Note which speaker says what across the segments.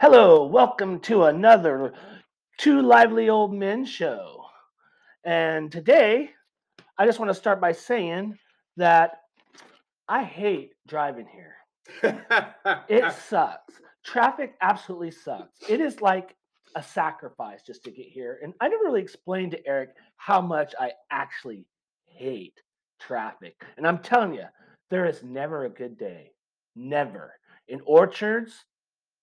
Speaker 1: Hello, welcome to another Two Lively Old Men show. And today, I just want to start by saying that I hate driving here. It sucks. Traffic absolutely sucks. It is like a sacrifice just to get here. And I never really explained to Eric how much I actually hate traffic. And I'm telling you, there is never a good day. Never. In orchards,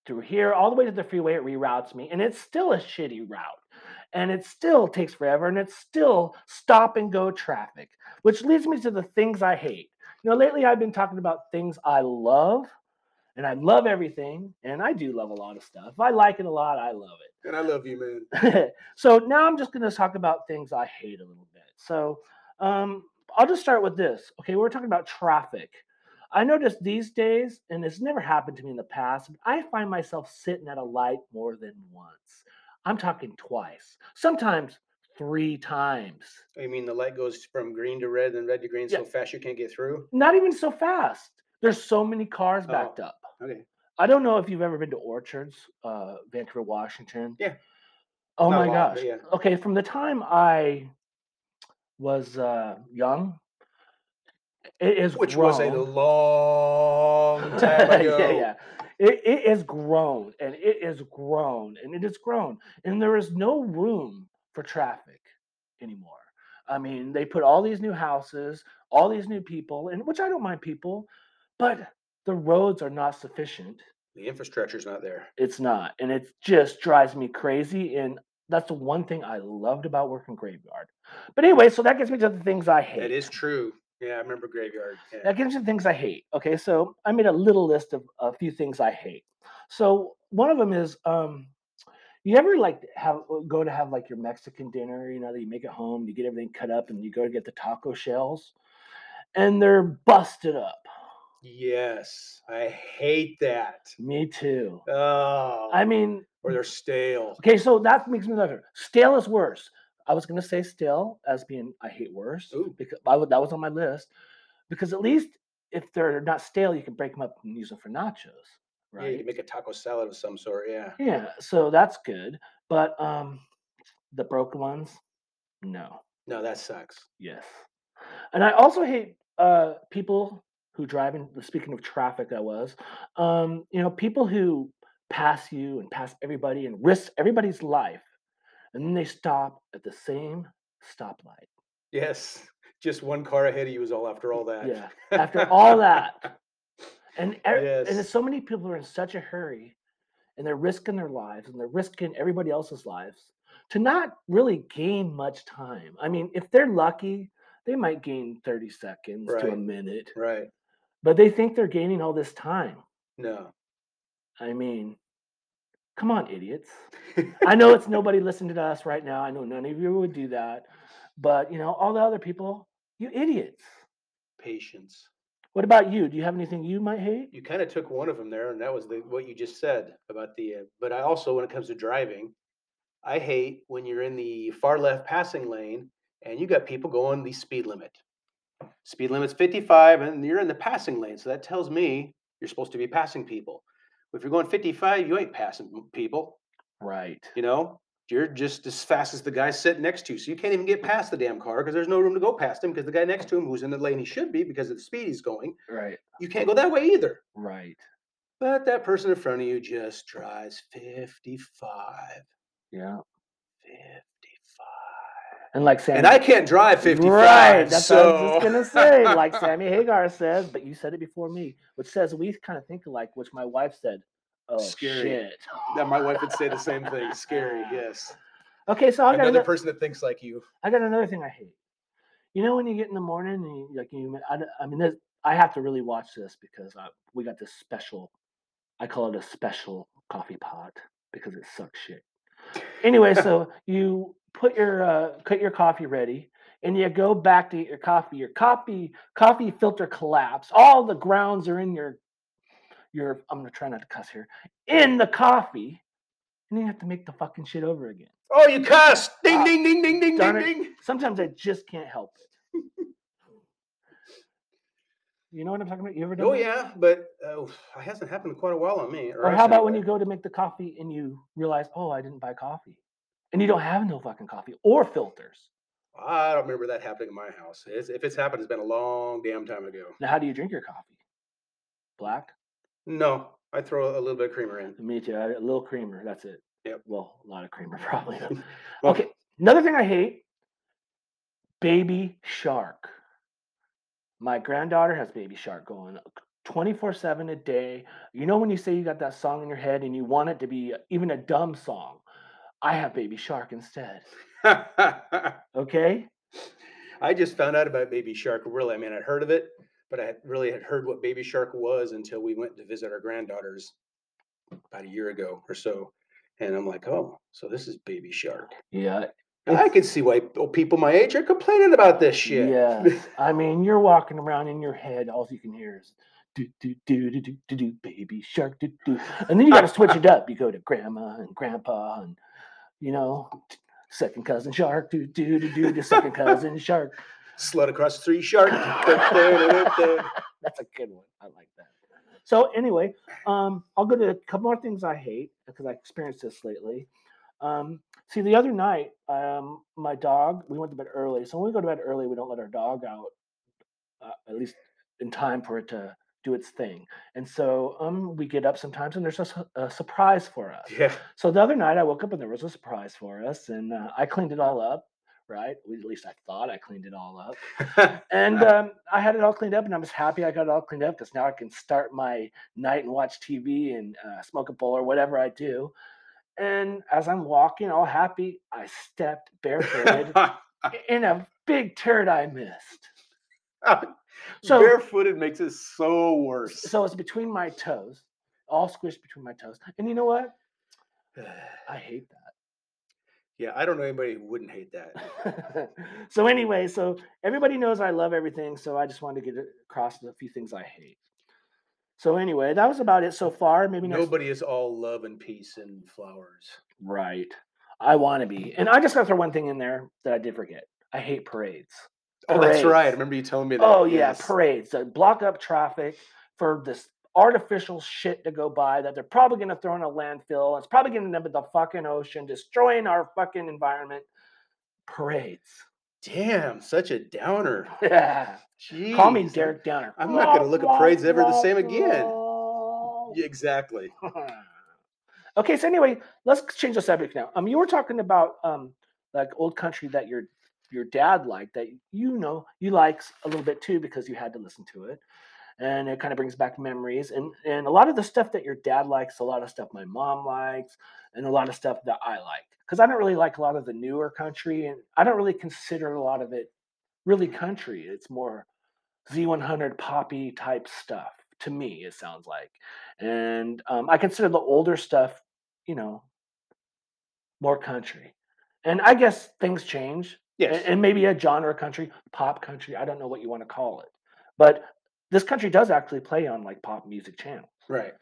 Speaker 1: through here, all the way to the freeway, it reroutes me. And it's still a shitty route. And it still takes forever. And it's still stop and go traffic, which leads me to the things I hate. You know, lately I've been talking about things I love. And I love everything. And I do love a lot of stuff. If I like it a lot, I love it.
Speaker 2: and I love you, man.
Speaker 1: so now I'm just going to talk about things I hate a little bit. So um, I'll just start with this. Okay, we're talking about traffic. I notice these days, and it's never happened to me in the past, but I find myself sitting at a light more than once. I'm talking twice, sometimes three times.
Speaker 2: I mean, the light goes from green to red, then red to green
Speaker 1: Yeah.
Speaker 2: so fast you can't get through.
Speaker 1: Not even so fast. There's so many cars
Speaker 2: Oh,
Speaker 1: backed up.
Speaker 2: okay.
Speaker 1: I don't know if you've ever been to Orchards, uh, Vancouver, Washington.
Speaker 2: Yeah.
Speaker 1: Oh
Speaker 2: Not a
Speaker 1: my
Speaker 2: lot,
Speaker 1: gosh.
Speaker 2: but yeah.
Speaker 1: Okay, from the time I was uh, young, it is
Speaker 2: Which
Speaker 1: grown.
Speaker 2: was a long time ago.
Speaker 1: yeah, yeah. It, it is grown and it is grown and it is grown. And there is no room for traffic anymore. I mean, they put all these new houses, all these new people, and which I don't mind people, but the roads are not sufficient.
Speaker 2: The infrastructure's not there.
Speaker 1: It's not. And it just drives me crazy. And that's the one thing I loved about working graveyard. But anyway, so that gets me to the things I hate.
Speaker 2: That is true. Yeah, I remember graveyard. Yeah.
Speaker 1: That gives you things I hate. Okay, so I made a little list of a few things I hate. So one of them is, um, you ever like have uh, go to have like your Mexican dinner? You know, that you make at home, you get everything cut up, and you go to get the taco shells, and they're busted up.
Speaker 2: Yes, I hate that.
Speaker 1: Me too.
Speaker 2: Oh,
Speaker 1: I mean,
Speaker 2: or they're stale.
Speaker 1: okay, so that makes me another. Stale is worse. I was gonna say stale as being I hate worse
Speaker 2: Ooh.
Speaker 1: because I would, that was on my list because at least if they're not stale, you can break them up and use them for nachos.
Speaker 2: Yeah, you
Speaker 1: Right.
Speaker 2: can make a taco salad of some sort. Yeah.
Speaker 1: Yeah, so that's good. But um the broken ones, no.
Speaker 2: No, that sucks.
Speaker 1: Yes. And I also hate uh people who drive in speaking of traffic I was, um, you know, people who pass you and pass everybody and risk everybody's life and then they stop at the same stoplight.
Speaker 2: Yes, just one car ahead of you is all after all that.
Speaker 1: Yeah. After all that. And er- and
Speaker 2: Yes.
Speaker 1: so many people are in such a hurry and they're risking their lives and they're risking everybody else's lives to not really gain much time. I mean, if they're lucky, they might gain 30 seconds to a
Speaker 2: Right.
Speaker 1: minute,
Speaker 2: Right.
Speaker 1: but they think they're gaining all this time.
Speaker 2: No.
Speaker 1: I mean, come on, idiots. I know it's nobody listening to us right now. I know none of you would do that, but you know, all the other people, you idiots.
Speaker 2: Patience.
Speaker 1: What about you? Do you have anything you might hate?
Speaker 2: you kind of took one of them there, and that was the, what you just said about the. Uh, but I also, when it comes to driving, I hate when you're in the far left passing lane and you got people going the speed limit. Speed limit's 55, and you're in the passing lane, so that tells me you're supposed to be passing people. If you're going 55, you ain't passing m- people.
Speaker 1: Right.
Speaker 2: You know, you're just as fast as the guy sitting next to you, so you can't even get past the damn car because there's no room to go past him because the guy next to him, who's in the lane he should be because of the speed he's going,
Speaker 1: Right.
Speaker 2: you can't go that way either.
Speaker 1: Right.
Speaker 2: But that person in front of you just drives 55.
Speaker 1: Yeah.
Speaker 2: 55.
Speaker 1: And like Sam
Speaker 2: And I can't drive 55.
Speaker 1: Right. That's what I was
Speaker 2: so-
Speaker 1: just gonna say. Like Sammy Hagar says, but you said it before me, which says we kind of think alike, which my wife said. Oh
Speaker 2: Scary.
Speaker 1: shit.
Speaker 2: That my wife would say the same thing. Scary, yes.
Speaker 1: Okay, so I got
Speaker 2: Another
Speaker 1: ano-
Speaker 2: person that thinks like you.
Speaker 1: I got another thing I hate. You know when you get in the morning and you, like you, I, d- I mean, this, I have to really watch this because I, we got this special. I call it a special coffee pot because it sucks shit. Anyway, so you put your uh, get your coffee ready, and you go back to get your coffee. Your coffee coffee filter collapsed. All the grounds are in your your. I'm gonna try not to cuss here. In the coffee, and you have to make the fucking shit over again.
Speaker 2: Oh, you cussed! Ding,
Speaker 1: Ah,
Speaker 2: ding, ding, ding, ding,
Speaker 1: darn it.
Speaker 2: ding, ding.
Speaker 1: Sometimes I just can't help it. You know what I'm talking about? You ever done
Speaker 2: Oh
Speaker 1: that?
Speaker 2: yeah, but uh, it hasn't happened in quite a while on me.
Speaker 1: Or
Speaker 2: I
Speaker 1: how
Speaker 2: should
Speaker 1: about when
Speaker 2: have.
Speaker 1: you go to make the coffee and you realize, oh, I didn't buy coffee, and you don't have no fucking coffee or filters.
Speaker 2: I don't remember that happening in my house. It's, if it's happened, it's been a long damn time ago.
Speaker 1: Now, how do you drink your coffee? Black.
Speaker 2: No, I throw a little bit of creamer in.
Speaker 1: Me too. I- A little creamer. That's it.
Speaker 2: Yep.
Speaker 1: Well, a lot of creamer probably. though.
Speaker 2: Well-
Speaker 1: okay. Another thing I hate: baby shark. My granddaughter has baby shark going 24 7 a day. You know, when you say you got that song in your head and you want it to be even a dumb song, I have baby shark instead. Okay.
Speaker 2: I just found out about Baby Shark. Really, I mean, I'd heard of it, but I had- really had heard what Baby Shark was until we went to visit our granddaughters about a year ago or so. And I'm like, oh, so this is Baby Shark.
Speaker 1: Yeah.
Speaker 2: And I
Speaker 1: It's-
Speaker 2: can see why oh, people my age are complaining about this shit.
Speaker 1: Yes. I mean, you're walking around in your head, all you can hear is do do do do do do do baby shark do do. And then you gotta switch it up. You go to grandma and grandpa and you know t- second cousin shark do do do do to second cousin shark.
Speaker 2: Slut across three shark. Da-da-da-da-da.
Speaker 1: That's a good one. I like that. So anyway, um, I'll go to a couple more things I hate because I experienced this lately. Um, see, the other night, um, my dog. We went to bed early, so when we go to bed early, we don't let our dog out, uh, at least in time for it to do its thing. And so um, we get up sometimes, and there's a, su- a surprise for us.
Speaker 2: yeah.
Speaker 1: So the other night I woke up and there was a surprise for us, and uh, I cleaned it all up, right? Well, at least I thought I cleaned it all up. and um, I had it all cleaned up, and I'm just happy I got it all cleaned up because now I can start my night and watch TV and uh, smoke a bowl or whatever I do. And as I'm walking, all happy, I stepped barefooted in a big turd I missed. So-
Speaker 2: Barefooted makes it so worse.
Speaker 1: So it's between my toes, all squished between my toes. And you know what? I hate that.
Speaker 2: yeah, I don't know anybody who wouldn't hate that.
Speaker 1: so anyway, so everybody knows I love everything, so I just wanted to get across the few things I hate. So anyway, that was about it so far. Maybe next
Speaker 2: Nobody is all love and peace and flowers.
Speaker 1: right. I want to be, and I just got to throw one thing in there that I did forget. I hate parades.
Speaker 2: Oh, that's right. I
Speaker 1: Parades.
Speaker 2: remember you telling me that.
Speaker 1: Oh yeah,
Speaker 2: yes.
Speaker 1: parades that block up traffic for this artificial shit to go by that they're probably going to throw in a landfill. It's probably going to end up in the fucking ocean, destroying our fucking environment. Parades.
Speaker 2: Damn, such a downer.
Speaker 1: Yeah. Call me
Speaker 2: Jeez,
Speaker 1: Derek Downer.
Speaker 2: I'm not gonna look at parades ever the same again.
Speaker 1: again.
Speaker 2: Yeah, exactly.
Speaker 1: okay, so anyway, let's change the subject now. Um, you were talking about um, like old country that your your dad liked that you know you likes a little bit too because you had to listen to it, and it kind of brings back memories and and a lot of the stuff that your dad likes, a lot of stuff my mom likes, and a lot of stuff that I like because I don't really like a lot of the newer country and I don't really consider a lot of it really country. It's more Z100 poppy type stuff to me. It sounds like, and um, I consider the older stuff, you know, more country. And I guess things change, a-
Speaker 2: Yes.
Speaker 1: and, maybe a genre country, pop country. I don't know what you want to call it, but this country does actually play on like pop music channels.
Speaker 2: right.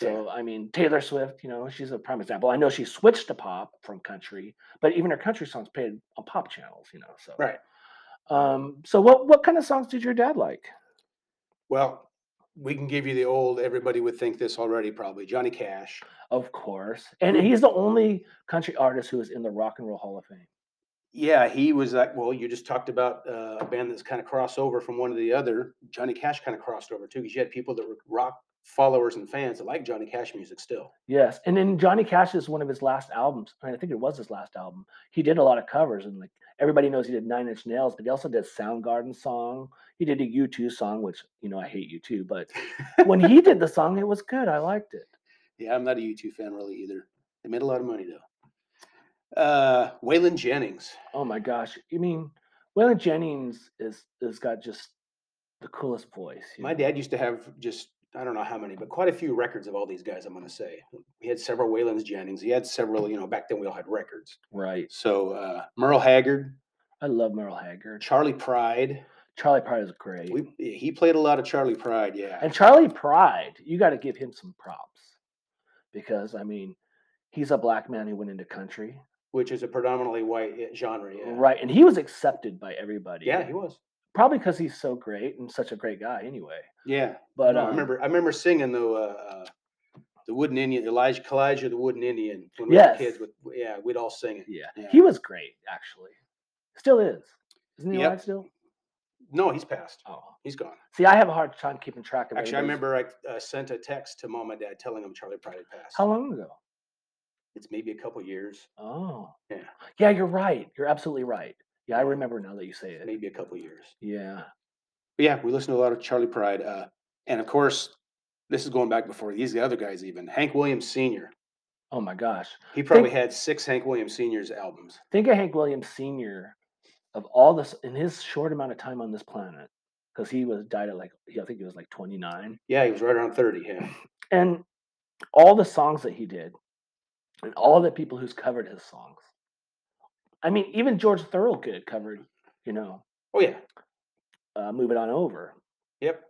Speaker 2: Yeah.
Speaker 1: So I mean, Taylor Swift, you know, she's a prime example. I know she switched to pop from country, but even her country songs played on pop channels, you know. So
Speaker 2: Right.
Speaker 1: Um, so what what kind of songs did your dad like?
Speaker 2: Well, we can give you the old everybody would think this already, probably. Johnny Cash.
Speaker 1: Of course. And he's the only country artist who is in the Rock and Roll Hall of Fame.
Speaker 2: Yeah, he was like, well, you just talked about uh, a band that's kind of crossed over from one to the other. Johnny Cash kind of crossed over too, because you had people that were rock followers and fans that like Johnny Cash music still.
Speaker 1: Yes. And then Johnny Cash is one of his last albums. I, mean, I think it was his last album. He did a lot of covers and like everybody knows he did Nine Inch Nails, but he also did Soundgarden song. He did a U2 song, which you know I hate U2, but when he did the song, it was good. I liked it.
Speaker 2: Yeah, I'm not a U2 fan really either. They made a lot of money though. Uh, Waylon Jennings.
Speaker 1: Oh my gosh. You mean Waylon Jennings is has got just the coolest voice. you
Speaker 2: My
Speaker 1: know?
Speaker 2: dad used to have just I don't know how many, but quite a few records of all these guys. I'm going to say he had several Waylon's Jennings. He had several, you know, back then we all had records.
Speaker 1: Right.
Speaker 2: So uh, Merle Haggard,
Speaker 1: I love Merle Haggard.
Speaker 2: Charlie Pride.
Speaker 1: Charlie Pride is great.
Speaker 2: We, he played a lot of Charlie Pride. Yeah,
Speaker 1: And Charlie Pride, you got to give him some props because I mean, he's a black man who went into country,
Speaker 2: which is a predominantly white uh, genre. Yeah,
Speaker 1: right? And he was accepted by everybody.
Speaker 2: yeah he was.
Speaker 1: Probably because he's so great and such a great guy anyway.
Speaker 2: Yeah.
Speaker 1: But
Speaker 2: No,
Speaker 1: um,
Speaker 2: I remember I remember singing though uh, uh, the Wooden Indian, Elijah Kalijah, the Wooden Indian. When we
Speaker 1: Yes.
Speaker 2: were kids, with yeah, we'd all sing it.
Speaker 1: Yeah.
Speaker 2: Yeah.
Speaker 1: He was great, actually. Still is. Isn't he
Speaker 2: Yep.
Speaker 1: alive still?
Speaker 2: No, he's passed.
Speaker 1: Oh.
Speaker 2: He's gone.
Speaker 1: See, I have a hard time keeping track of
Speaker 2: Actually, I
Speaker 1: everybody's-
Speaker 2: remember I uh, sent a text to mom and dad telling them Charlie Pride had passed.
Speaker 1: How long ago?
Speaker 2: It's maybe a couple years,
Speaker 1: Oh.
Speaker 2: Yeah.
Speaker 1: Yeah, you're right. You're absolutely right. Yeah, I
Speaker 2: Yeah.
Speaker 1: remember now that you say it.
Speaker 2: maybe a couple years.
Speaker 1: Yeah.
Speaker 2: But yeah, we listened to a lot of Charlie Pride, uh, and of course, this is going back before these other guys even. Hank Williams Sr.
Speaker 1: Oh my gosh.
Speaker 2: He probably had six Hank Williams Sr.'s albums.
Speaker 1: Think of Hank Williams Sr. of all this in his short amount of time on this planet. Because he was died at like I think he was like 29.
Speaker 2: Yeah, he was right around thirty. Yeah,
Speaker 1: And all the songs that he did, and all the people who's covered his songs. I mean, even George Thorogood covered, you know,
Speaker 2: oh yeah,
Speaker 1: uh, move it on over.
Speaker 2: Yep.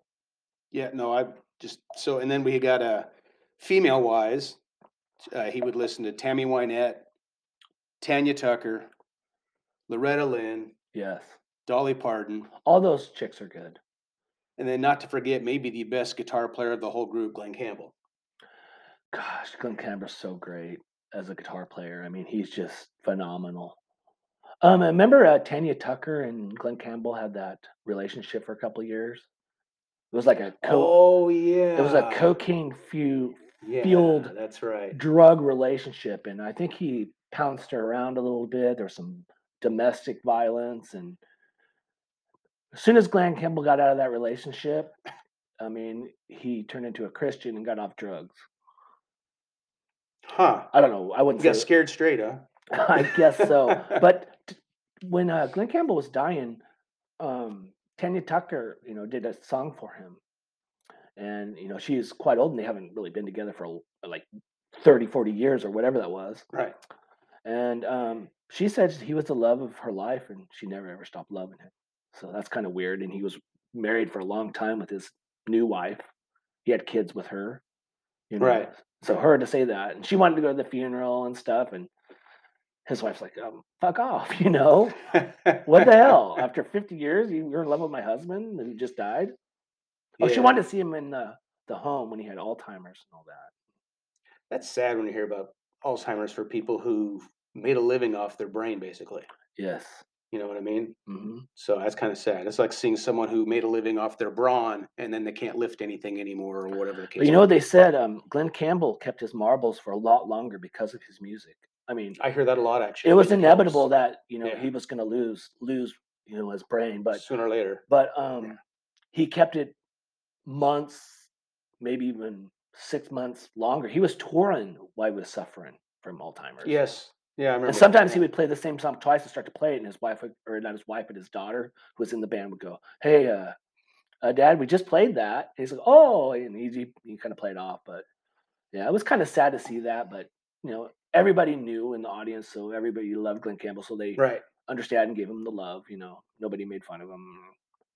Speaker 2: Yeah, no, I just so and then we got uh, female wise. Uh, he would listen to Tammy Wynette, Tanya Tucker, Loretta Lynn,
Speaker 1: Yes.
Speaker 2: Dolly Parton,
Speaker 1: All those chicks are good.
Speaker 2: and then not to forget maybe the best guitar player of the whole group, Glenn Campbell.
Speaker 1: Gosh, Glenn Campbell's so great as a guitar player. I mean, he's just phenomenal. Um, I remember uh, Tanya Tucker and Glenn Campbell had that relationship for a couple years. It was like a co-
Speaker 2: oh yeah,
Speaker 1: it was a cocaine fu-
Speaker 2: yeah,
Speaker 1: field
Speaker 2: That's right.
Speaker 1: drug relationship, and I think he pounced her around a little bit. There was some domestic violence, and as soon as Glenn Campbell got out of that relationship, I mean, he turned into a Christian and got off drugs.
Speaker 2: Huh?
Speaker 1: I don't know. I wouldn't
Speaker 2: You got
Speaker 1: say.
Speaker 2: scared straight, huh?
Speaker 1: I guess so. But t- when uh, Glenn Campbell was dying, um, Tanya Tucker, you know, did a song for him, and you know she's quite old, and they haven't really been together for l- like 30, 40 years or whatever that was.
Speaker 2: Right.
Speaker 1: And um, she said he was the love of her life, and she never ever stopped loving him. So that's kind of weird. And he was married for a long time with his new wife. He had kids with her. You
Speaker 2: Right.
Speaker 1: So her to say that, and she wanted to go to the funeral and stuff, and his wife's like, um, "Fuck off," you know. What the hell? After 50 years, you- you're in love with my husband who just died. Oh, she
Speaker 2: Yeah.
Speaker 1: wanted to see him in the, the home when he had Alzheimer's and all that.
Speaker 2: That's sad when you hear about Alzheimer's for people who made a living off their brain, basically.
Speaker 1: Yes.
Speaker 2: You know what I mean?
Speaker 1: hmm
Speaker 2: So that's kind of sad. It's like seeing someone who made a living off their brawn and then they can't lift anything anymore or whatever the case.
Speaker 1: But you
Speaker 2: may
Speaker 1: know what
Speaker 2: be.
Speaker 1: they said? Um, Glenn Campbell kept his marbles for a lot longer because of his music. I mean,
Speaker 2: I hear that a lot actually.
Speaker 1: it
Speaker 2: I
Speaker 1: was
Speaker 2: think
Speaker 1: inevitable
Speaker 2: helps
Speaker 1: that you know
Speaker 2: Yeah.
Speaker 1: he was going to lose lose you know his brain, but
Speaker 2: sooner or later.
Speaker 1: but um, he kept it months, maybe even six months longer. He was touring while he was suffering from Alzheimer's.
Speaker 2: Yes. Yeah, I remember.
Speaker 1: And
Speaker 2: that,
Speaker 1: sometimes he
Speaker 2: yeah.
Speaker 1: would play the same song twice and start to play it, and his wife, would, or not his wife, but his daughter, who was in the band, would go, "Hey, uh, uh Dad, we just played that." And he's like, "Oh," and he, he, he kind of played off, but yeah, it was kind of sad to see that. But you know, everybody knew in the audience, so everybody loved Glenn Campbell, so they
Speaker 2: Right.
Speaker 1: understand and gave him the love. You know, nobody made fun of him.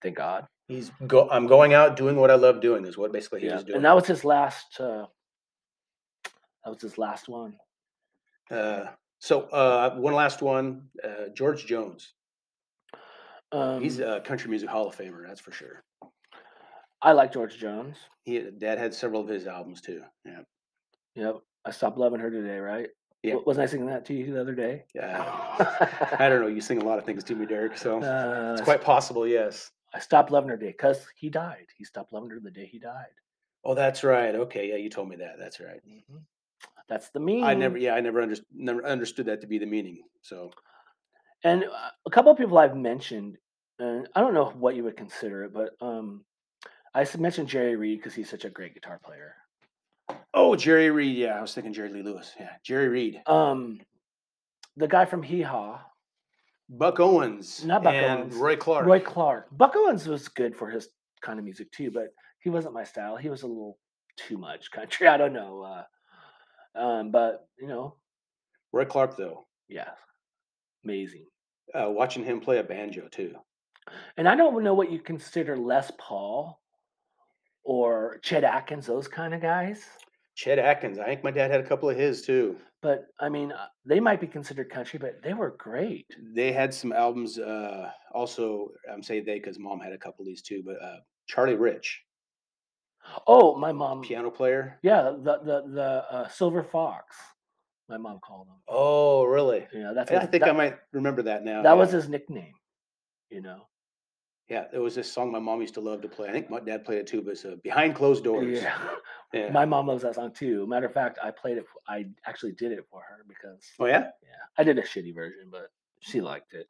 Speaker 1: Thank God.
Speaker 2: He's go I'm going out doing what I love doing is what basically he
Speaker 1: yeah,
Speaker 2: was doing.
Speaker 1: and that was his last. uh That was his last one.
Speaker 2: uh, so uh, one last one, uh, George Jones.
Speaker 1: Um,
Speaker 2: He's a country music hall of famer, that's for sure.
Speaker 1: I like George Jones.
Speaker 2: He uh, dad had several of his albums too. Yeah.
Speaker 1: Yep. I stopped loving her today, right?
Speaker 2: Yeah.
Speaker 1: W- Wasn't I singing that to you the other day?
Speaker 2: Yeah. I don't know, you sing a lot of things to me, Derek, so
Speaker 1: Uh,
Speaker 2: it's quite possible, yes.
Speaker 1: I stopped loving her today because he died. He stopped loving her the day he died.
Speaker 2: Oh, that's right. Okay, yeah, you told me that. That's right.
Speaker 1: Mm-hmm. That's the meaning.
Speaker 2: I never, yeah, I never understood, never understood that to be the meaning. So e
Speaker 1: And uh, a couple of people I've mentioned, and I don't know what you would consider it, but um, I s- mentioned Jerry Reed because he's such a great guitar player.
Speaker 2: Oh, Jerry Reed. Yeah, I was thinking Jerry Lee Lewis. Yeah, Jerry Reed.
Speaker 1: Um, the guy from Hee Haw,
Speaker 2: Buck Owens.
Speaker 1: Not Buck
Speaker 2: and
Speaker 1: Owens.
Speaker 2: Roy Clark.
Speaker 1: Roy Clark. Buck Owens was good for his kind of music too, but he wasn't my style. He was a little too much country. I don't know. Uh, um, but you know,
Speaker 2: Roy Clark, though,
Speaker 1: yeah, amazing.
Speaker 2: uh, watching him play a banjo too.
Speaker 1: And I don't know what you consider Les Paul or Chet Atkins, those kind of guys.
Speaker 2: Chet Atkins. I think my dad had a couple of his too.
Speaker 1: But I mean, uh, they might be considered country, but they were great.
Speaker 2: They had some albums. Uh, also, I'm saying they because mom had a couple of these too. But uh, Charlie Rich,
Speaker 1: Oh, my mom.
Speaker 2: piano player.
Speaker 1: Yeah, the the the uh, silver fox. My mom called him.
Speaker 2: Oh, really?
Speaker 1: You know, that's
Speaker 2: I
Speaker 1: his-
Speaker 2: think
Speaker 1: that,
Speaker 2: I might remember that now.
Speaker 1: that
Speaker 2: yeah.
Speaker 1: was his nickname. You know.
Speaker 2: Yeah, there was this song my mom used to love to play. I think my dad played it too, but it's uh, Behind Closed Doors.
Speaker 1: Yeah.
Speaker 2: Yeah.
Speaker 1: My mom loves that song too. Matter of fact, I played it. f- I actually did it for her because
Speaker 2: oh, yeah?
Speaker 1: yeah, I did a shitty version, but she liked it.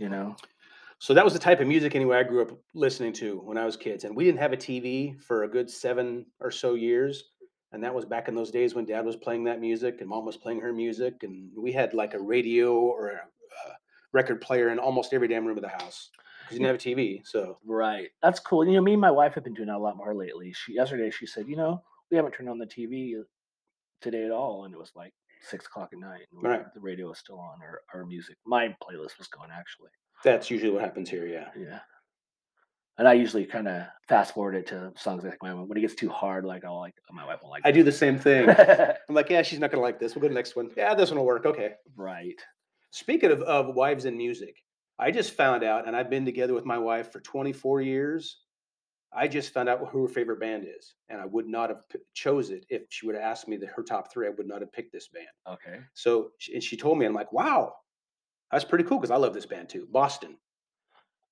Speaker 1: You know.
Speaker 2: So that was the type of music anyway I grew up listening to when I was kids. And we didn't have a TV for a good seven or so years. And that was back in those days when dad was playing that music and mom was playing her music. And we had like a radio or a, uh record player in almost every damn room of the house because you didn't have a TV. So
Speaker 1: Right. That's cool. You know, me and my wife have been doing that a lot more lately. She yesterday she said, you know, we haven't turned on the TV today at all, and it was like six o'clock at night, and we-
Speaker 2: Right.
Speaker 1: the radio was still on, or our music, my playlist was going actually.
Speaker 2: that's usually what happens here. Yeah.
Speaker 1: Yeah. And I usually kind of fast forward it to songs like my when it gets too hard, like I'll like "Oh, my wife won't like.
Speaker 2: I do the same thing.
Speaker 1: that."
Speaker 2: I'm like, yeah, she's not going to like this. We'll go to the next one. Yeah, this one will work. Okay.
Speaker 1: right.
Speaker 2: Speaking of, of wives and music, I just found out, and I've been together with my wife for 24 years. I just found out who her favorite band is, and I would not have p- chose it if she would have asked me the, her top three. I would not have picked this band.
Speaker 1: Okay.
Speaker 2: So, sh- and she told me, I'm like, wow, that's pretty cool because I love this band too, Boston.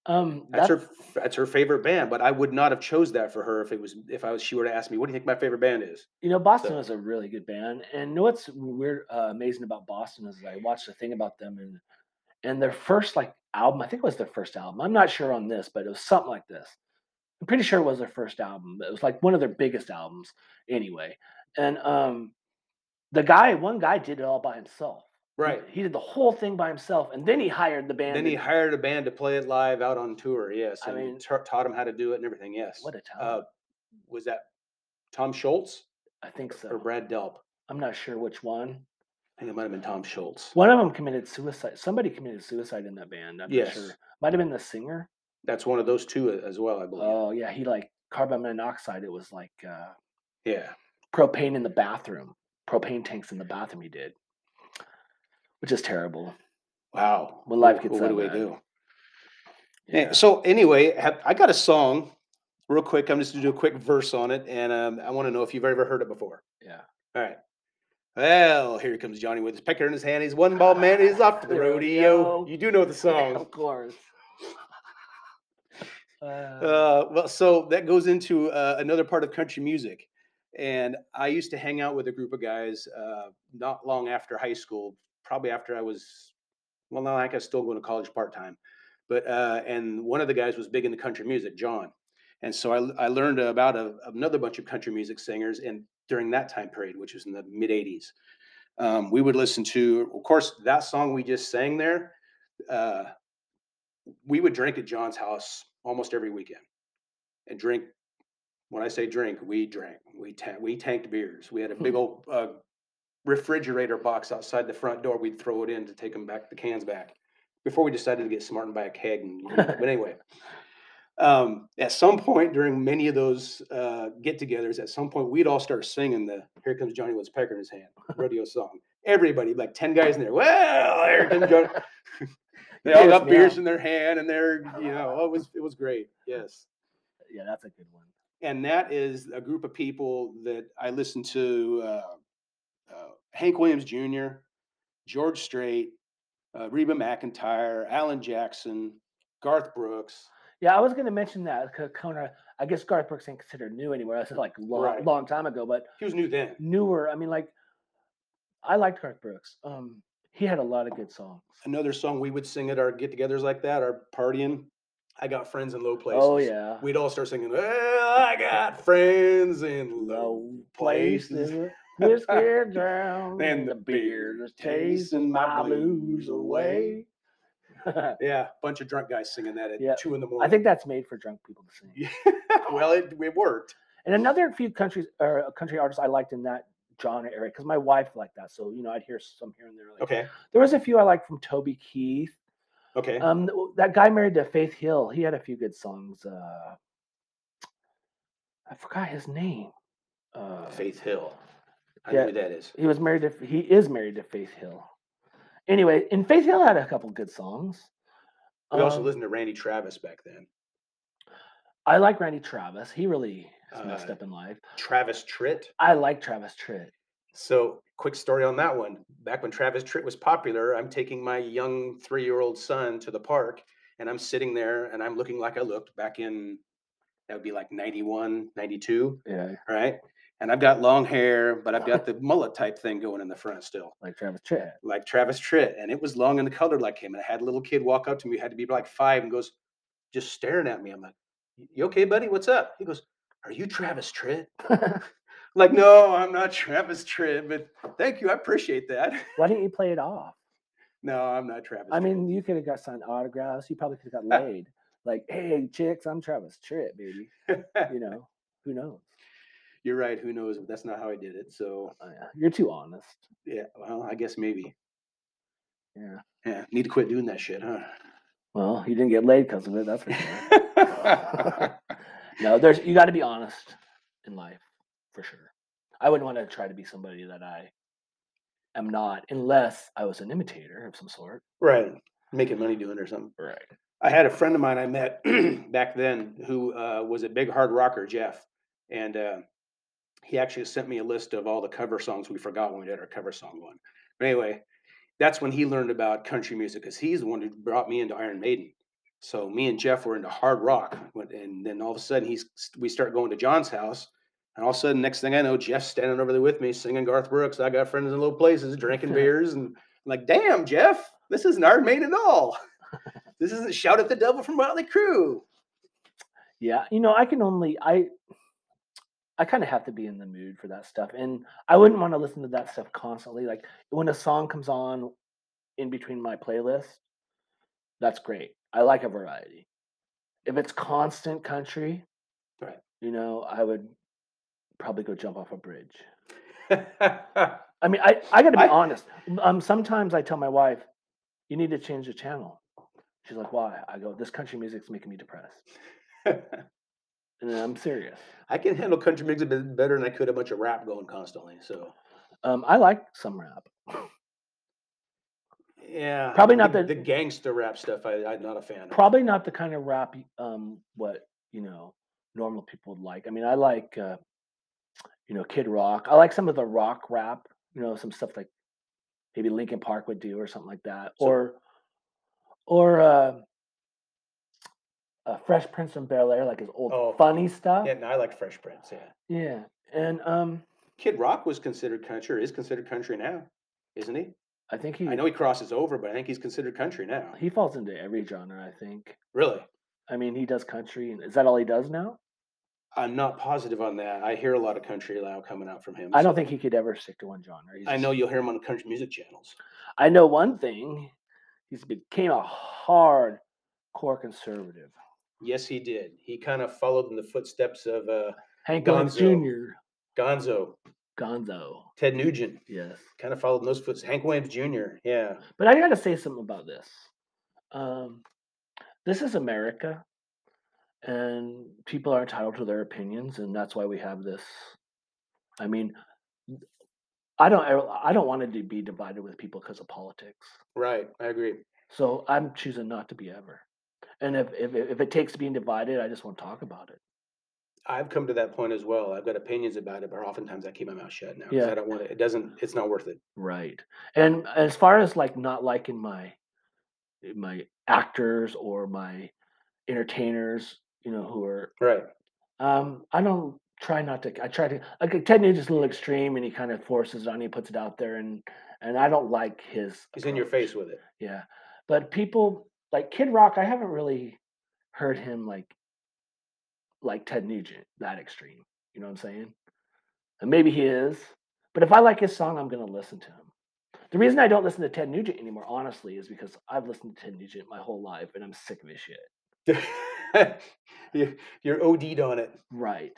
Speaker 1: Um. That's,
Speaker 2: That's her. f- That's her favorite band, but I would not have chose that for her if it was if I was. She were to ask me, what do you think my favorite band is?
Speaker 1: you know, Boston
Speaker 2: the-
Speaker 1: was a really good band, and you know what's weird, uh, amazing about Boston is I watched a thing about them, and and their first like album, I think it was their first album. I'm not sure on this, but it was something like this. I'm pretty sure it was their first album. but It was like one of their biggest albums, anyway. And um, the guy, one guy, did it all by himself. He-
Speaker 2: Right.
Speaker 1: He did the whole thing by himself, and then he hired the band.
Speaker 2: Then he
Speaker 1: and-
Speaker 2: hired a band to play it live out on tour. Yes,
Speaker 1: I
Speaker 2: and
Speaker 1: mean-
Speaker 2: ta- taught him how to do it and everything. Yes.
Speaker 1: what a
Speaker 2: uh,
Speaker 1: talent!
Speaker 2: was that Tom Schultz
Speaker 1: I think so.
Speaker 2: or Brad Delp?
Speaker 1: I'm not sure which one.
Speaker 2: I think it might have been Tom Schultz.
Speaker 1: One of them committed suicide. Somebody committed suicide in that band. I'm
Speaker 2: Yes.
Speaker 1: not sure. Might have been the singer.
Speaker 2: That's one of those two a- as well, I believe.
Speaker 1: Oh yeah, he like carbon monoxide. It was like uh,
Speaker 2: yeah.
Speaker 1: propane in the bathroom, propane tanks in the bathroom. He did, which is terrible.
Speaker 2: Wow.
Speaker 1: When life gets
Speaker 2: what,
Speaker 1: that
Speaker 2: do we
Speaker 1: bad.
Speaker 2: do? Yeah, So anyway, have, I got a song real quick. I'm just gonna do a quick verse on it, and um, I want to know if you've ever heard it before.
Speaker 1: Yeah.
Speaker 2: All right. Well, here comes Johnny with his pecker in his hand. He's one ball man. He's off to the
Speaker 1: The
Speaker 2: rodeo.
Speaker 1: rodeo.
Speaker 2: You do know the song.
Speaker 1: of course. Uh,
Speaker 2: Uh, well, so that goes into uh, another part of country music. And I used to hang out with a group of guys uh, not long after high school, probably after I was, well, not like I was still going to college part time. But, uh, and one of the guys was big into country music, John. And so I, l- I learned about a, another bunch of country music singers. And during that time period, which was in the mid 80s, um, we would listen to, of course, that song we just sang there. Uh, we would drink at John's house almost every weekend and drink. When I say drink, we drank. We ta- we tanked beers. We had a big old uh, refrigerator box outside the front door. We'd throw it in to take them back the cans back before we decided to get smart and buy a keg. And, you know, but anyway, um, at some point during many of those uh, get-togethers, at some point we'd all start singing the "Here Comes Johnny with His Pecker in His Hand" rodeo song. Everybody, like ten guys in there. Well, here comes Johnny. They
Speaker 1: It
Speaker 2: all
Speaker 1: is
Speaker 2: got beers
Speaker 1: now.
Speaker 2: in their hand, and they're you know oh, it was it was great. Yes,
Speaker 1: yeah, that's a good one.
Speaker 2: and that is a group of people that I listened to: uh, uh, Hank Williams Jr., George Strait, uh, Reba McIntyre, Alan Jackson, Garth Brooks.
Speaker 1: Yeah, I was going to mention that because Kona. I guess Garth Brooks ain't considered new anymore. That's like long,
Speaker 2: Right.
Speaker 1: long time ago. But
Speaker 2: He was new then,
Speaker 1: newer, I mean, like I liked Garth Brooks. Um, he had a lot of good songs.
Speaker 2: another song we would sing at our get-togethers like that, our partying. I got friends in low places.
Speaker 1: Oh yeah,
Speaker 2: We'd all start singing, well, I got friends in low places.
Speaker 1: places. Whiskey drown
Speaker 2: And the
Speaker 1: beer's
Speaker 2: tasting my blues away.
Speaker 1: I
Speaker 2: Yeah, bunch of drunk guys singing that at
Speaker 1: Yeah,
Speaker 2: two in the morning.
Speaker 1: think that's made for drunk people to sing.
Speaker 2: well, it, it worked.
Speaker 1: And another few countries or uh, country artists I liked in that genre area because my wife liked that, so you know I'd hear some here and there. Like,
Speaker 2: Okay.
Speaker 1: There was a few I liked from Toby Keith.
Speaker 2: Okay.
Speaker 1: Um, th- w- that guy married to Faith Hill. He had a few good songs. Uh, I forgot his name. Uh,
Speaker 2: Faith Hill. I
Speaker 1: Yeah.
Speaker 2: know who that is.
Speaker 1: He was married to he is married to Faith Hill. Anyway, and Faith Hill had a couple good songs.
Speaker 2: We also
Speaker 1: Um,
Speaker 2: listened to Randy Travis back then.
Speaker 1: I like Randy Travis. He really has messed
Speaker 2: Uh,
Speaker 1: up in life.
Speaker 2: Travis Tritt.
Speaker 1: I like Travis Tritt.
Speaker 2: So, quick story on that one. Back when Travis Tritt was popular, I'm taking my young three year old son to the park and I'm sitting there and I'm looking like I looked back in, that would be like 91, 92,
Speaker 1: Yeah,
Speaker 2: right? And I've got long hair, but I've got the mullet type thing going in the front still,
Speaker 1: like Travis Tritt.
Speaker 2: like Travis Tritt. And it was long and colored like him. And I had a little kid walk up to me, had to be like five, and goes, just staring at me. I'm like, "Y- You okay, buddy? What's up? He goes, Are you Travis Tritt? like, no, I'm not Travis Tritt, but thank you. I appreciate that.
Speaker 1: Why didn't you play it off?
Speaker 2: No, I'm not Travis.
Speaker 1: I
Speaker 2: Tritt.
Speaker 1: mean, you could have got signed autographs. You probably could have got laid. Like, hey, chicks, I'm Travis Tritt, baby. You know, who knows?
Speaker 2: you're right. Who knows? But that's not how I did it. So,
Speaker 1: Oh, yeah. You're too honest.
Speaker 2: yeah, well, I guess maybe.
Speaker 1: Yeah.
Speaker 2: Yeah, need to quit doing that shit, huh?
Speaker 1: Well, you didn't get laid because of it. That's for sure. No, there's you got to be honest in life for sure. I wouldn't want to try to be somebody that I am not, unless I was an imitator of some sort.
Speaker 2: right. Making money doing it or something.
Speaker 1: Right.
Speaker 2: I had a friend of mine I met back then who uh, was a big hard rocker, Jeff, and uh, he actually sent me a list of all the cover songs we forgot when we did our cover song one. But anyway, that's when he learned about country music because he's the one who brought me into Iron Maiden. So me and Jeff were into hard rock, when- and then all of a sudden he's we start going to John's house, and all of a sudden next thing I know, Jeff's standing over there with me singing Garth Brooks. I got friends in low places, drinking beers, and I'm like, damn, Jeff, this isn't Iron Maiden at all. This isn't shout at the devil from Motley Crue.
Speaker 1: Yeah. You know, I can only I I kind of have to be in the mood for that stuff, and I wouldn't want to listen to that stuff constantly. Like when a song comes on in between my playlist, that's great. I like a variety. If it's constant country,
Speaker 2: Right.
Speaker 1: You know, I would probably go jump off a bridge.
Speaker 2: yeah,
Speaker 1: I mean, I, I got to be
Speaker 2: I-
Speaker 1: honest. Um, sometimes I tell my wife, "You need to change the channel." She's like, "Why?" I go, "This country music's making me depressed," and I'm serious.
Speaker 2: I can handle country music a bit better than I could a bunch of rap going constantly. So
Speaker 1: Um, I like some rap.
Speaker 2: yeah,
Speaker 1: Probably not
Speaker 2: the,
Speaker 1: the-
Speaker 2: gangster rap stuff. I, I'm not a fan. of.
Speaker 1: Probably not the kind of rap y- um what you know normal people would like. I mean, I like uh, you know Kid Rock. I like some of the rock rap. You know, some stuff like maybe Linkin Park would do or something like that,
Speaker 2: So-
Speaker 1: or or uh, uh, Fresh Prince from Bel Air, like his old
Speaker 2: Oh,
Speaker 1: funny stuff.
Speaker 2: Yeah, no, I like Fresh Prince. Yeah,
Speaker 1: Yeah, and um,
Speaker 2: Kid Rock was considered country. Or is considered country now, isn't he?
Speaker 1: I think he
Speaker 2: I know he crosses over, but I think he's considered country now.
Speaker 1: he falls into every genre. I think.
Speaker 2: Really,
Speaker 1: I mean, he does country, and is that all he does now?
Speaker 2: I'm not positive on that. I hear a lot of country now coming out from him.
Speaker 1: I
Speaker 2: so-
Speaker 1: don't think he could ever stick to one genre. He's
Speaker 2: I
Speaker 1: just-
Speaker 2: know you'll hear him on the country music channels.
Speaker 1: I know one thing. He's became a hard core conservative.
Speaker 2: Yes, he did. He kind of followed in the footsteps of uh,
Speaker 1: Hank Owens
Speaker 2: Gonzo.
Speaker 1: Jr.
Speaker 2: Gonzo,
Speaker 1: Gonzo.
Speaker 2: Ted Nugent.
Speaker 1: Yes.
Speaker 2: kind of followed in those footsteps. Hank Williams Jr. Yeah,
Speaker 1: But I gotta say something about this. Um, this is America, and people are entitled to their opinions, and that's why we have this. I mean, n- I don't, ever- I don't want to be divided with people because of politics.
Speaker 2: right. I agree.
Speaker 1: So I'm choosing not to be ever. And if if if it takes being divided, I just won't talk about it.
Speaker 2: I've come to that point as well. I've got opinions about it, but oftentimes I keep my mouth shut now. 'cause
Speaker 1: Yeah.
Speaker 2: I don't want to. It doesn't. It's not worth it.
Speaker 1: Right. And as far as like not liking my eh, my actors or my entertainers, you know, who are
Speaker 2: Right.
Speaker 1: Um, I don't try not to. I try to like uh, Ted Nugent's a little extreme, and he kind of forces it on. He puts it out there, and and I don't like his.
Speaker 2: He's in your
Speaker 1: approach.
Speaker 2: face with it.
Speaker 1: Yeah, but people like Kid Rock. I haven't really heard him like like Ted Nugent that extreme. You know what I'm saying? And maybe he is, but if I like his song, I'm gonna listen to him. The reason I don't listen to Ted Nugent anymore, honestly, is because I've listened to Ted Nugent my whole life, and I'm sick of his shit.
Speaker 2: You- You're OD'd on it.
Speaker 1: Right.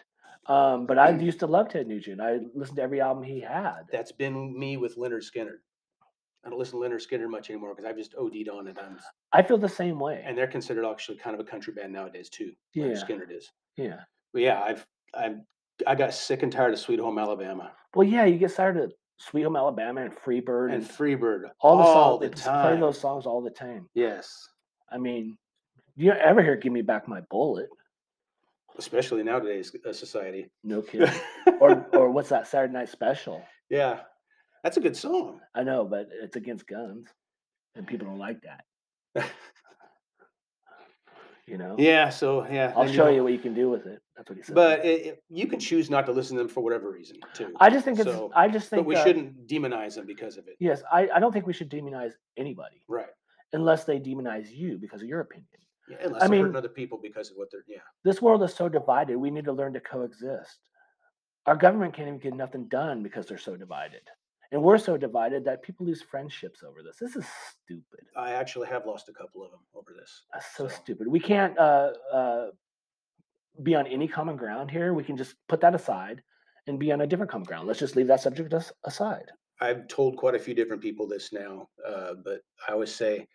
Speaker 1: Um, but I used to love Ted Nugent. I listened to every album he had.
Speaker 2: That's been me with Leonard Skinner. I don't listen to Leonard Skinner much anymore because I've just OD'd on it. I'm,
Speaker 1: I feel the same way.
Speaker 2: and they're considered actually kind of a country band nowadays too. Leonard
Speaker 1: Yeah.
Speaker 2: Skinner is.
Speaker 1: yeah.
Speaker 2: But yeah, I've I'm I got sick and tired of Sweet Home Alabama
Speaker 1: Well, yeah, you get tired of Sweet Home Alabama and Freebird
Speaker 2: and
Speaker 1: and,
Speaker 2: Freebird
Speaker 1: all the songs.
Speaker 2: all the
Speaker 1: they just play
Speaker 2: time.
Speaker 1: those songs all the time.
Speaker 2: Yes,
Speaker 1: I mean, you don't ever hear "Give Me Back My Bullet"?
Speaker 2: especially in nowadays uh, society.
Speaker 1: No kidding. or or what's that Saturday Night Special?
Speaker 2: yeah, that's a good song.
Speaker 1: I know, but it's against guns, and people don't like that. you know.
Speaker 2: Yeah, so yeah,
Speaker 1: Oh. I'll
Speaker 2: then
Speaker 1: show
Speaker 2: you'll-
Speaker 1: you what you can do with it. That's what he said.
Speaker 2: But it, it- you can choose not to listen to them for whatever reason too.
Speaker 1: I just think it's.
Speaker 2: so-
Speaker 1: I just think
Speaker 2: but we
Speaker 1: uh,
Speaker 2: shouldn't demonize them because of it.
Speaker 1: Yes, I, I don't think we should demonize anybody
Speaker 2: Right.
Speaker 1: unless they demonize you because of your opinion.
Speaker 2: Yeah, unless they're
Speaker 1: mean-
Speaker 2: hurting other people because of what they're yeah.
Speaker 1: This world is so divided. We need to learn to coexist. Our government can't even get nothing done because they're so divided, and we're so divided that people lose friendships over this. This is stupid.
Speaker 2: I actually have lost a couple of them over this.
Speaker 1: That's so
Speaker 2: So-
Speaker 1: stupid. We can't uh, uh, be on any common ground here. We can just put that aside and be on a different common ground. Let's just leave that subject as- aside.
Speaker 2: I've told quite a few different people this now, uh, but I always say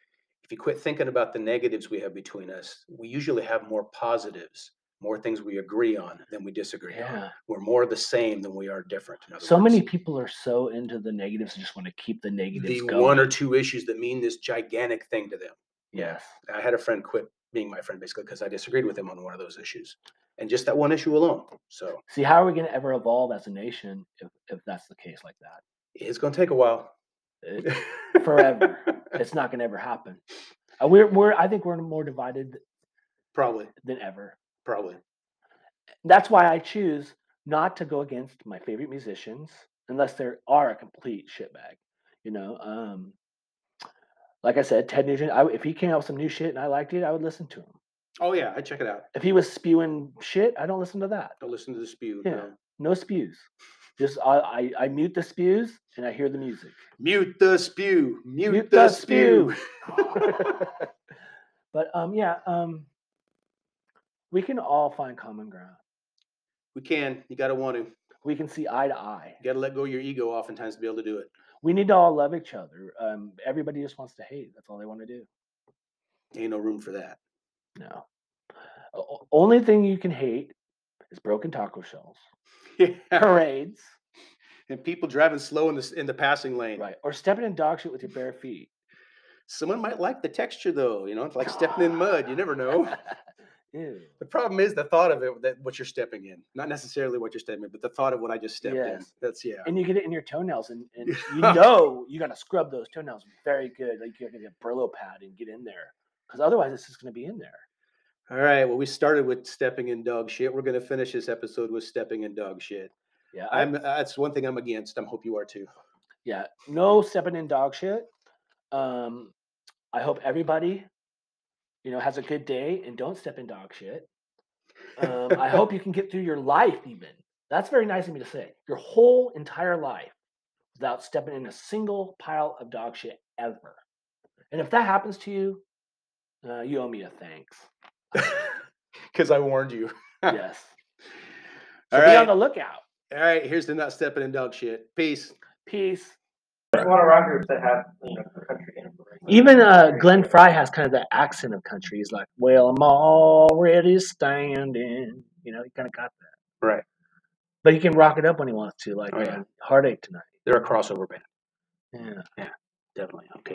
Speaker 2: if you quit thinking about the negatives we have between us, we usually have more positives, more things we agree on than we disagree on.
Speaker 1: Yeah.
Speaker 2: We're more the same than we are different. in other
Speaker 1: So
Speaker 2: words.
Speaker 1: many people are so into the negatives and just want to keep the negatives
Speaker 2: the
Speaker 1: going.
Speaker 2: one or two issues that mean this gigantic thing to them.
Speaker 1: Yes.
Speaker 2: I had a friend quit being my friend basically because I disagreed with him on one of those issues, and just that one issue alone. So
Speaker 1: See, how are we going to ever evolve as a nation if, if that's the case like that?
Speaker 2: it's going to take a while.
Speaker 1: It- Forever. it's not going to ever happen. Uh, We're, we're, I think we're more divided
Speaker 2: probably,
Speaker 1: than ever.
Speaker 2: probably.
Speaker 1: That's why I choose not to go against my favorite musicians unless they are a complete shitbag. You know, um, like I said, Ted Nugent, I, w- if he came out with some new shit and I liked it, I would listen to him.
Speaker 2: Oh yeah, I check it out.
Speaker 1: If he was spewing shit, I don't listen to that.
Speaker 2: I listen to the spew.
Speaker 1: Yeah.
Speaker 2: no.
Speaker 1: No spews. Just I, I, I mute the spews and I hear the music.
Speaker 2: Mute the spew. Mute,
Speaker 1: Mute
Speaker 2: the,
Speaker 1: the
Speaker 2: spew.
Speaker 1: but um, yeah, um, we can all find common ground.
Speaker 2: we can. You got to want to. You
Speaker 1: We can see eye to eye.
Speaker 2: got to let go of your ego oftentimes to be able to do it.
Speaker 1: We need to all love each other. Um, everybody just wants to hate. That's all they want to do.
Speaker 2: Ain't no room for that.
Speaker 1: No. O- o- only thing you can hate is broken taco shells,
Speaker 2: Yeah.
Speaker 1: parades,
Speaker 2: And people driving slow in the s- in the passing lane.
Speaker 1: right, or stepping in dog shit with your bare feet.
Speaker 2: Someone might like the texture though. You know, it's like stepping
Speaker 1: Ah.
Speaker 2: in mud. You never know.
Speaker 1: Ew.
Speaker 2: The problem is the thought of it that what you're stepping in, not necessarily what you're stepping in, but the thought of what I just stepped in.
Speaker 1: Yes.
Speaker 2: That's yeah.
Speaker 1: And you get it in your toenails, and, and you know you got to scrub those toenails very good. Like you're gonna get a Brillo pad and get in there, because otherwise it's just gonna be in there.
Speaker 2: All right. Well, we started with stepping in dog shit. We're gonna finish this episode with stepping in dog shit.
Speaker 1: Yeah, I-
Speaker 2: I'm that's one thing I'm against. I hope you are too.
Speaker 1: yeah. No stepping in dog shit. Um, I hope everybody, you know, has a good day and don't step in dog shit. Um, I hope you can get through your life. Even that's very nice of me to say. Your whole entire life without stepping in a single pile of dog shit ever. And if that happens to you, uh, you owe me a thanks.
Speaker 2: Because I warned you.
Speaker 1: yes. So
Speaker 2: All
Speaker 1: be on
Speaker 2: right.
Speaker 1: the lookout.
Speaker 2: All right. Here's to not stepping in dog shit. Peace.
Speaker 1: Peace.
Speaker 3: There's a lot of rock groups that have you know country influence.
Speaker 1: Even uh, Glenn Fry has kind of that accent of country. He's like, "Well, I'm already standing." You know, he kind of got that,
Speaker 2: Right.
Speaker 1: but he can rock it up when he wants to, like
Speaker 2: Oh, yeah.
Speaker 1: uh, "Heartache Tonight."
Speaker 2: They're a crossover band.
Speaker 1: Yeah.
Speaker 2: Definitely. Okay.